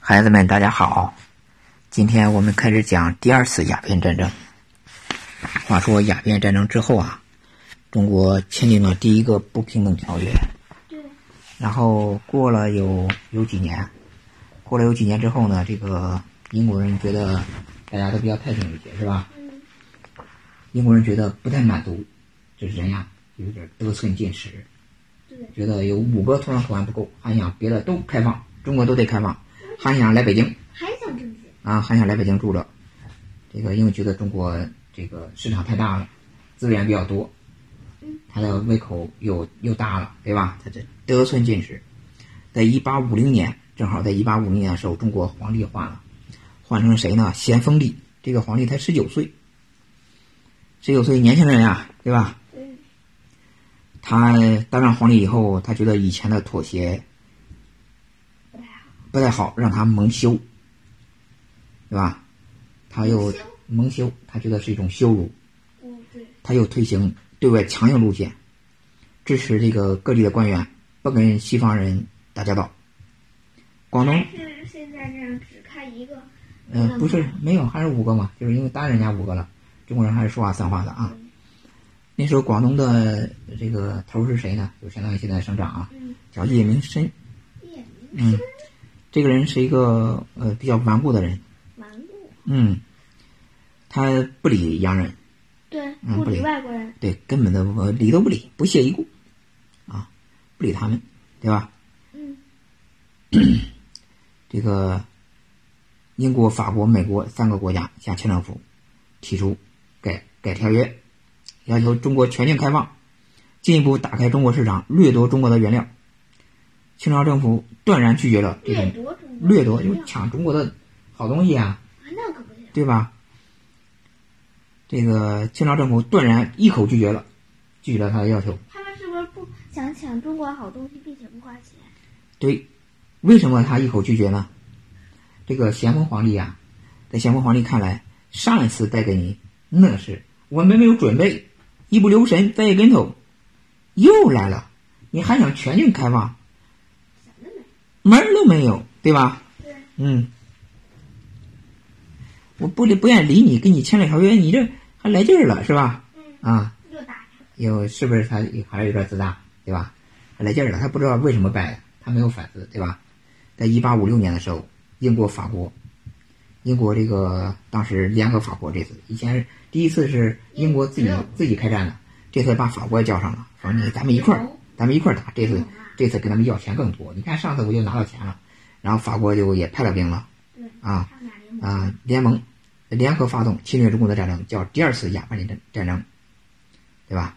孩子们，大家好！今天我们开始讲第二次鸦片战争。话说鸦片战争之后啊，中国签订了第一个不平等条约。对。然后过了有有几年，过了有几年之后呢，这个英国人觉得大家都比较太平一些，是吧？嗯英国人觉得不太满足，就是人呀有点得寸进尺。对，觉得有五个土壤口岸不够，还想别的都开放，中国都得开放，还想来北京还想挣钱，啊，还想来北京住着。这个因为觉得中国这个市场太大了，资源比较多，他的胃口又又大了，对吧？他这得寸进尺。在一八五零年，正好在一八五零年的时候，中国皇帝换了，换成谁呢？咸丰帝。这个皇帝才十九岁，十九岁年轻人啊，对吧？嗯，他当上皇帝以后，他觉得以前的妥协不太好。不太好，让他蒙羞，对吧？他又蒙羞蒙羞，他觉得是一种羞辱，嗯，对，他又推行对外强硬路线，支持这个各地的官员不跟西方人打交道。广东，还是现在这样只看一个，嗯、嗯不是没有，还是五个嘛，就是因为搭人家五个了，中国人还是说话算话的啊。那时候广东的这个头儿是谁呢？就相当于现在省长啊，嗯，叫叶明琛。夜明嗯，这个人是一个呃比较顽固的人，顽固，嗯，他不理洋人，对，嗯不不理理外国人，对，根本的我理都不理，不屑一顾，啊，不理他们，对吧？嗯，这个英国、法国、美国三个国家向清政府提出改改条约，要求中国全境开放，进一步打开中国市场，掠夺中国的原料。清朝政府断然拒绝了这掠种夺中国，掠夺，就有是抢中国的好东西啊，那可不行，对吧？这个清朝政府断然一口拒绝了，拒绝了他的要求。他们是不是不想抢中国好东西，并且不花钱？对，为什么他一口拒绝呢？这个咸丰皇帝呀、在咸丰皇帝看来，上一次带给你那是我们没有准备，一不留神栽一跟头，又来了，你还想全境开放，想得美，门儿都没有，对吧？对，嗯，我不理不愿理你，跟你签了条约，你这还来劲儿了是吧？嗯，啊、又打他，有是不是他还是有点自大，对吧？来劲儿了，他不知道为什么败的，他没有反思，对吧？在一八五六年的时候，英国、法国，英国这个当时联合法国这次，以前是第一次是英国自己嗯自己开战的，这次把法国也叫上了，说你咱们一块嗯儿，咱们一块儿打，这次啊这次跟他们要钱更多，你看上次我就拿到钱了，然后法国就也派了兵了，对，啊，他们俩联盟，啊，联盟联合发动侵略中国的战争，叫第二次鸦片战战争，对吧？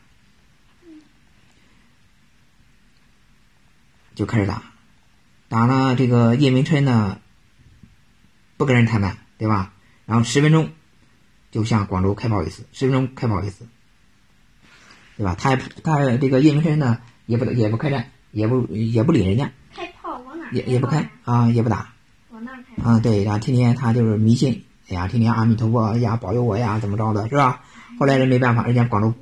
就开始打，打呢，这个叶明琛呢不跟人谈判，对吧？然后十分钟就向广州开炮一次，十分钟开炮一次，对吧？他也不他也这个叶明琛呢也不也不开战，也不也不理人家，开炮往哪儿？也也不开，啊，也不打，往那儿开，啊，对，然后天天他就是迷信，哎呀，天天阿弥陀佛哎呀保佑我呀，怎么着的，是吧？后来人没办法，人家广州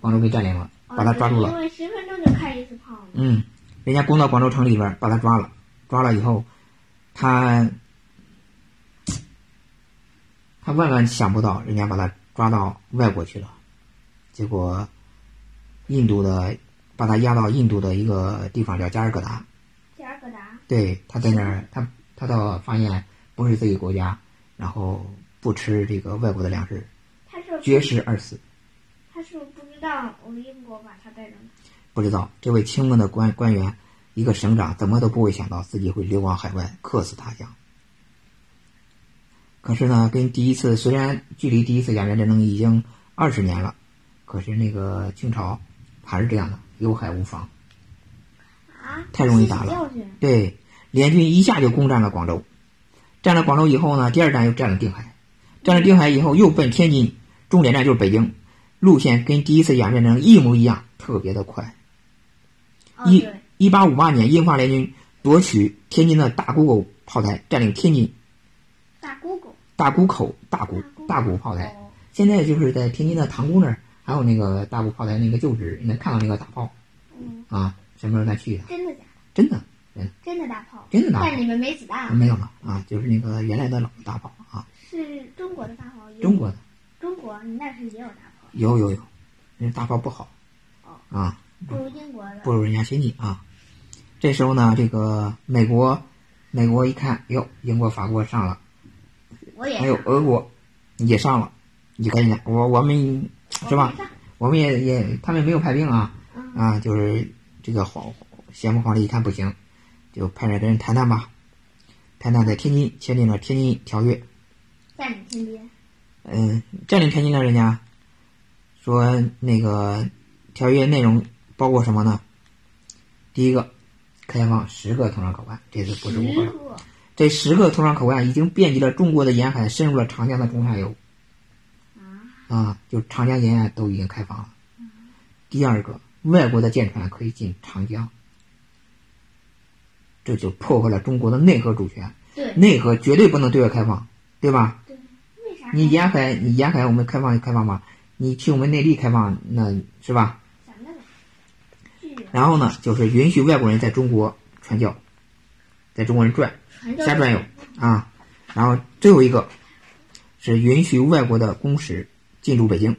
广州被占领了，把他抓住哦因了。为十分钟就开一次炮嘛，嗯，人家攻到广州城里边儿，把他抓了。抓了以后，他他万万想不到，人家把他抓到外国去了。结果，印度的把他押到印度的一个地方叫加尔各答。加尔各答，对，他在那儿，他他倒发现不是自己国家，然后不吃这个外国的粮食，他是不是绝食而死。他是不是不知道我们英国把他带成不知道这位清末的官官员，一个省长怎么都不会想到自己会流亡海外，客死他乡。可是呢，跟第一次虽然距离第一次鸦片战争已经二十年了，可是那个清朝还是这样的，有海无防。啊？太容易打了吸取教训，对，联军一下就攻占了广州，占了广州以后呢，第二站又占了定海，占了定海以后又奔天津，终点站就是北京，路线跟第一次鸦片战争一模一样，特别的快。哦一对，一八五八年，英法联军夺取天津的大沽口炮台，占领天津大姑姑，大沽口大沽大沽炮台。哦现在就是在天津的塘沽那儿，还有那个大沽炮台那个旧址，你能看到那个大炮嗯，啊，什么时候再去一趟？真的假真的，嗯真的大炮，真的大炮但你们没子弹，没有了啊，就是那个原来的老大炮啊，是中国的大炮，有中国的嗯中国那时也有大炮，有有有，那大炮不好哦，啊，不如英国的不如人家先进啊。这时候呢，这个美国，美国一看，哟，英国、法国上了，我也还有俄国也上了，你就赶紧来，我我们我是吧没？上我们也也，他们没有派兵啊嗯，啊，就是这个皇咸丰皇帝一看不行，就派人跟人谈谈吧，谈谈在天津签订了《天津条约》，在你天边，嗯，占领天津了，人家说那个条约内容包括什么呢？第一个，开放十个通商口岸，这次不是十五个了，个，这十个通商口岸已经遍及了中国的沿海，深入了长江的中下游啊，啊，就长江沿岸都已经开放了。第二个，外国的舰船可以进长江，这就破坏了中国的内河主权，对内河绝对不能对外开放，对吧？对，为啥你沿海，你沿海我们开放开放吧，你去我们内地开放，那是吧？咱们是然后呢，就是允许外国人在中国传教，在中国人转传教瞎转悠啊。然后最后一个是允许外国的公使进驻北京。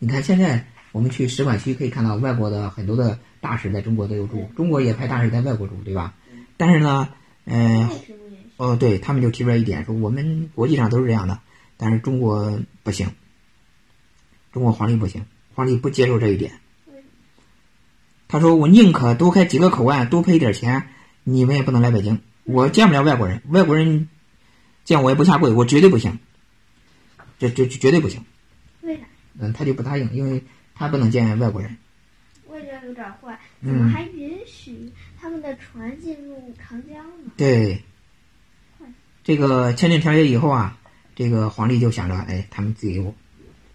你看现在我们去使馆区可以看到外国的很多的大使在中国都有驻，中国也派大使在外国驻，对吧？但是呢，嗯、那是不允许，哦，对他们就提出来一点，说我们国际上都是这样的，但是中国不行，中国皇帝不行，皇帝不接受这一点嗯。他说：“我宁可多开几个口岸，多赔一点钱，你们也不能来北京。我见不了外国人，外国人见我也不下跪，我绝对不行。这这这绝对不行。为啥？”嗯，他就不答应，因为他不能见外国人。我觉得有点坏，嗯怎么还允许他们的船进入长江呢？对，这个签订条约以后啊，这个皇帝就想着，哎，他们自由，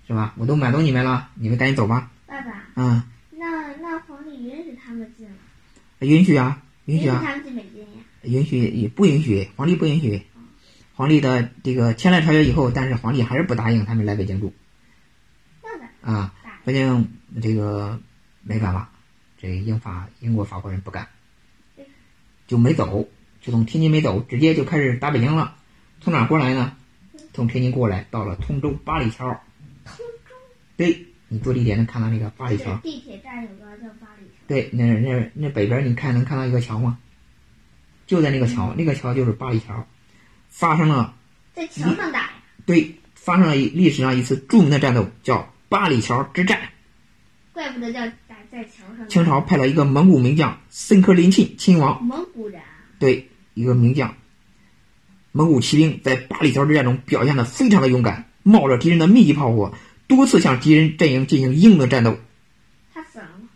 是吧？我都满足你们了，你们赶紧走吧。爸爸，嗯，那那皇帝允许他们进了，允许啊，允允许许啊，他们进北京呀？允许也不允许？皇帝不允许。皇帝的这个签了条约以后，但是皇帝还是不答应他们来北京住那咋啊。办？北京这个没办法，这英法英国法国人不干，就没走，就从天津没走，直接就开始打北京了。从哪儿过来呢？从天津过来，到了通州八里桥。通州对，你坐地铁能看到那个八里是桥。地铁站有个叫八里桥，对，那那那北边你看能看到一个桥吗？就在那个桥，那个桥就是八里桥，发生了在桥上打呀，对发生了一历史上一次著名的战斗，叫八里桥之战。怪不得叫打在桥上清打。朝派了一个蒙古名将森科林沁亲王，蒙古人啊，对一个名将，蒙古骑兵在八里桥之战中表现得非常的勇敢，冒着敌人的密集炮火，多次向敌人阵营进行英勇的战斗。他死了吗？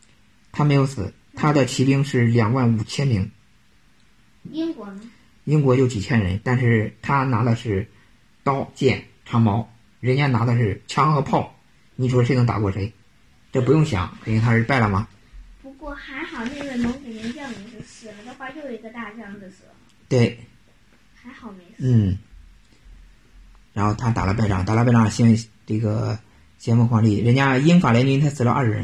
他没有死，他的骑兵是两万五千名。英国呢？英国就几千人，但是他拿的是刀、剑、长矛，人家拿的是枪和炮。你说谁能打过谁？这不用想，肯定他是败了嘛。不过还好那位蒙古名将没死，死了的话又一个大将就死了，对，还好没死。嗯。然后他打了败仗，打了败仗，先这个咸丰皇帝，人家英法联军才死了二十人，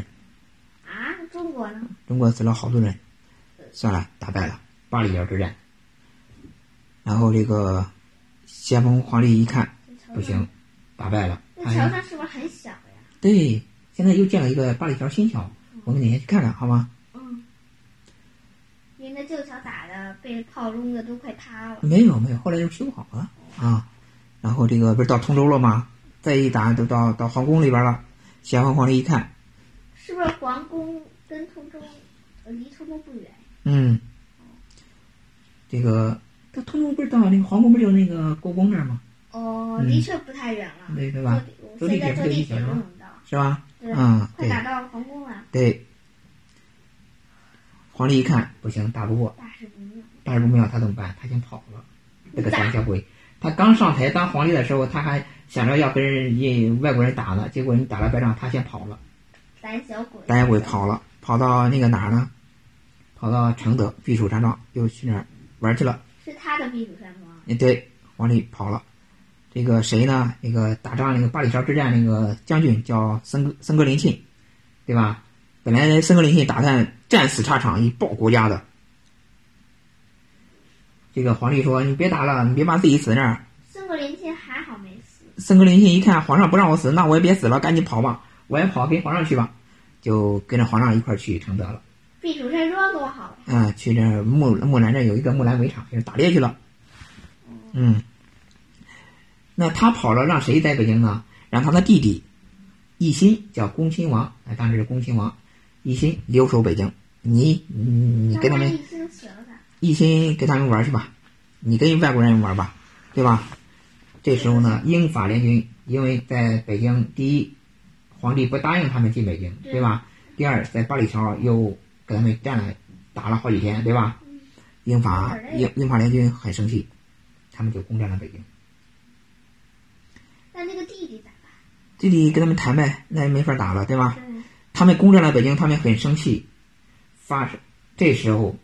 啊，中国呢？中国死了好多人。算了，打败了巴黎桥之战。然后这个咸丰皇帝一看在桥上不行，打败了，那他桥呀。上是不是很小呀？对，现在又建了一个八里桥新桥，我们哪天去看看好吗？嗯，人家旧桥打的被炮轰的都快塌了。没有没有，后来就修好了啊。然后这个不是到通州了吗？再一打就到到皇宫里边了。咸丰皇帝一看，是不是皇宫跟通州呃离通州不远？嗯，这个到通州不是到那个皇宫不是有那个故宫那儿吗？哦，嗯的确不太远了，对对吧坐地我现在坐地铁就能到。是吧？对，嗯，快对打到皇宫了，对。皇帝一看不行，打不过，大事不妙。但是不妙，他怎么办？他先跑了。这个张小鬼，他刚上台当皇帝的时候，他还想着要跟人家外国人打呢，结果人打了败仗，他先跑了。胆小鬼，胆小鬼跑了，跑到那个哪儿呢？跑到承德避暑山庄，又去那儿玩去了。是他的避暑山庄。哎，对，皇帝跑了。这个谁呢？那个打仗那个八里桥之战那个将军叫森格森格林沁，对吧？本来森格林沁打算战死沙场以报国家的，这个皇帝说：“你别打了，你别把自己死那儿。”孙国林沁还好没死。孙格林沁一看皇上不让我死，那我也别死了，赶紧跑吧，我也跑，跟皇上去吧，就跟着皇上一块儿去承德了。避暑山庄多好呀！啊，去这木木兰这有一个木兰围场，就是打猎去了。嗯，那他跑了，让谁在北京呢？让他的弟弟奕欣叫恭亲王，哎，当时是恭亲王奕欣留守北京。你你你跟他们一心死了咋？奕欣跟他们玩去吧，你跟外国人玩吧，对吧？这时候呢，英法联军因为在北京，第一，皇帝不答应他们进北京，对吧？第二，在八里桥又给他们占了，打了好几天，对吧？英法英英法联军很生气，他们就攻占了北京。那那个弟弟咋办？弟弟跟他们谈呗，那也没法打了，对吧？对，他们攻占了北京，他们很生气，发生这时候，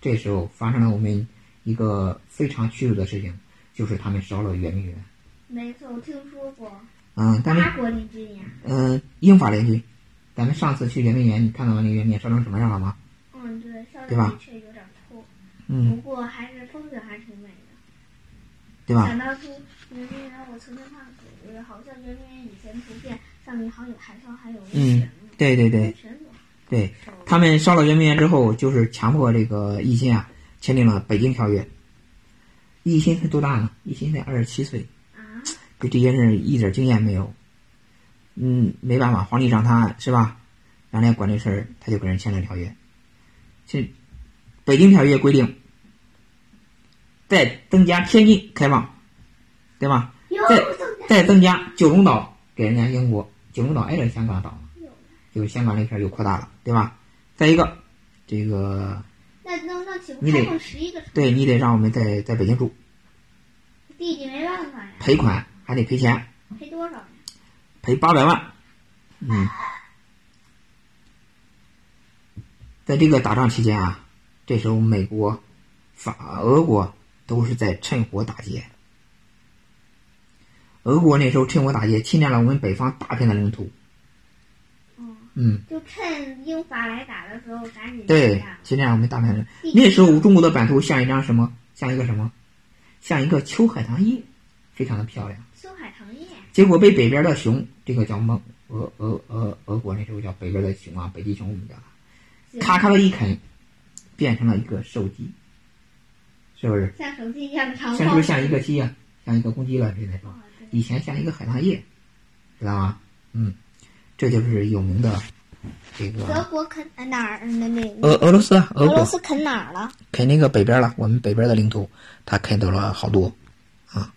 这时候发生了我们一个非常屈辱的事情，就是他们烧了圆明园。没错，我听说过嗯，但是八国联军呀。嗯，英法联军，咱们上次去圆明园，你看到那个圆明园烧成什么样了吗？嗯，对，稍对吧微的确有点透，不嗯，过还是风景还挺美的。对吧？想当初圆明园，我曾经看过，好像圆明园以前图片上面好像有海上还有温泉嗯呢，对对对温泉多对，好他们烧了圆明园之后，就是强迫这个奕欣啊签订了《北京条约》。奕欣才多大呢？奕欣才二十七岁，啊！对这些事一点经验没有。嗯，没办法，皇帝让他是吧？让人家管这事儿，他就给人签了条约。这《北京条约》规定，再增加天津开放，对吧？又增加再增加九龙岛给人家英国，九龙岛挨着香港岛嘛，又就是香港那片儿又扩大了，对吧？再一个，这个那那那岂不你得开放十一个城？对你得让我们在在北京住，弟弟没办法呀，赔款还得赔钱，赔多少呀？赔八百万。嗯，在这个打仗期间啊，这时候美国、法、俄国都是在趁火打劫。俄国那时候趁火打劫，侵占了我们北方大片的领土。嗯，嗯，就趁英法来打的时候赶紧去对打，侵占我们大片的。那时候中国的版图像一张什么？像一个什么？像一个秋海棠叶，非常的漂亮。修海棠叶，结果被北边的熊，这个叫蒙俄俄俄俄国那时候叫北边的熊啊，北极熊我们叫它，咔咔的一啃，变成了一个兽鸡，是不是？像手机一样的长像是方不是像一个鸡啊？像一个公鸡了，现在说。啊对以前像一个海棠叶，知道吗？嗯，这就是有名的这德个国啃呃哪儿？那那俄俄罗斯啊，俄俄罗国斯啃哪儿了？啃那个北边了，我们北边的领土，他啃走了好多。哦，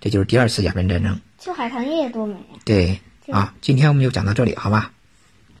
这就是第二次鸦片战争。秋海棠叶多美啊！对对啊，今天我们就讲到这里，好吧？